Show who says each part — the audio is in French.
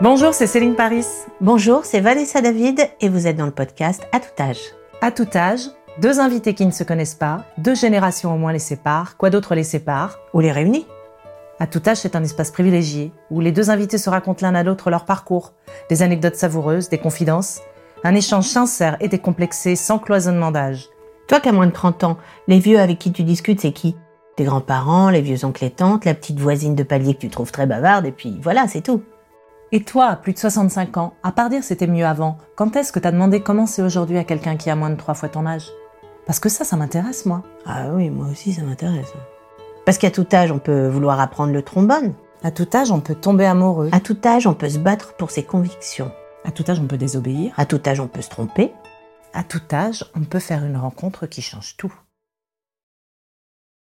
Speaker 1: Bonjour, c'est Céline Paris.
Speaker 2: Bonjour, c'est Vanessa David et vous êtes dans le podcast À tout âge.
Speaker 1: À tout âge, deux invités qui ne se connaissent pas, deux générations au moins les séparent, quoi d'autre les sépare
Speaker 2: Ou les réunis
Speaker 1: À tout âge, c'est un espace privilégié où les deux invités se racontent l'un à l'autre leur parcours, des anecdotes savoureuses, des confidences, un échange sincère et décomplexé sans cloisonnement d'âge.
Speaker 2: Toi qui as moins de 30 ans, les vieux avec qui tu discutes, c'est qui Tes grands-parents, les vieux oncles et tantes, la petite voisine de palier que tu trouves très bavarde, et puis voilà, c'est tout.
Speaker 1: Et toi, à plus de 65 ans, à part dire c'était mieux avant, quand est-ce que t'as demandé comment c'est aujourd'hui à quelqu'un qui a moins de trois fois ton âge Parce que ça, ça m'intéresse, moi.
Speaker 2: Ah oui, moi aussi, ça m'intéresse. Parce qu'à tout âge, on peut vouloir apprendre le trombone.
Speaker 1: À tout âge, on peut tomber amoureux.
Speaker 2: À tout âge, on peut se battre pour ses convictions.
Speaker 1: À tout âge, on peut désobéir.
Speaker 2: À tout âge, on peut se tromper.
Speaker 1: À tout âge, on peut faire une rencontre qui change tout.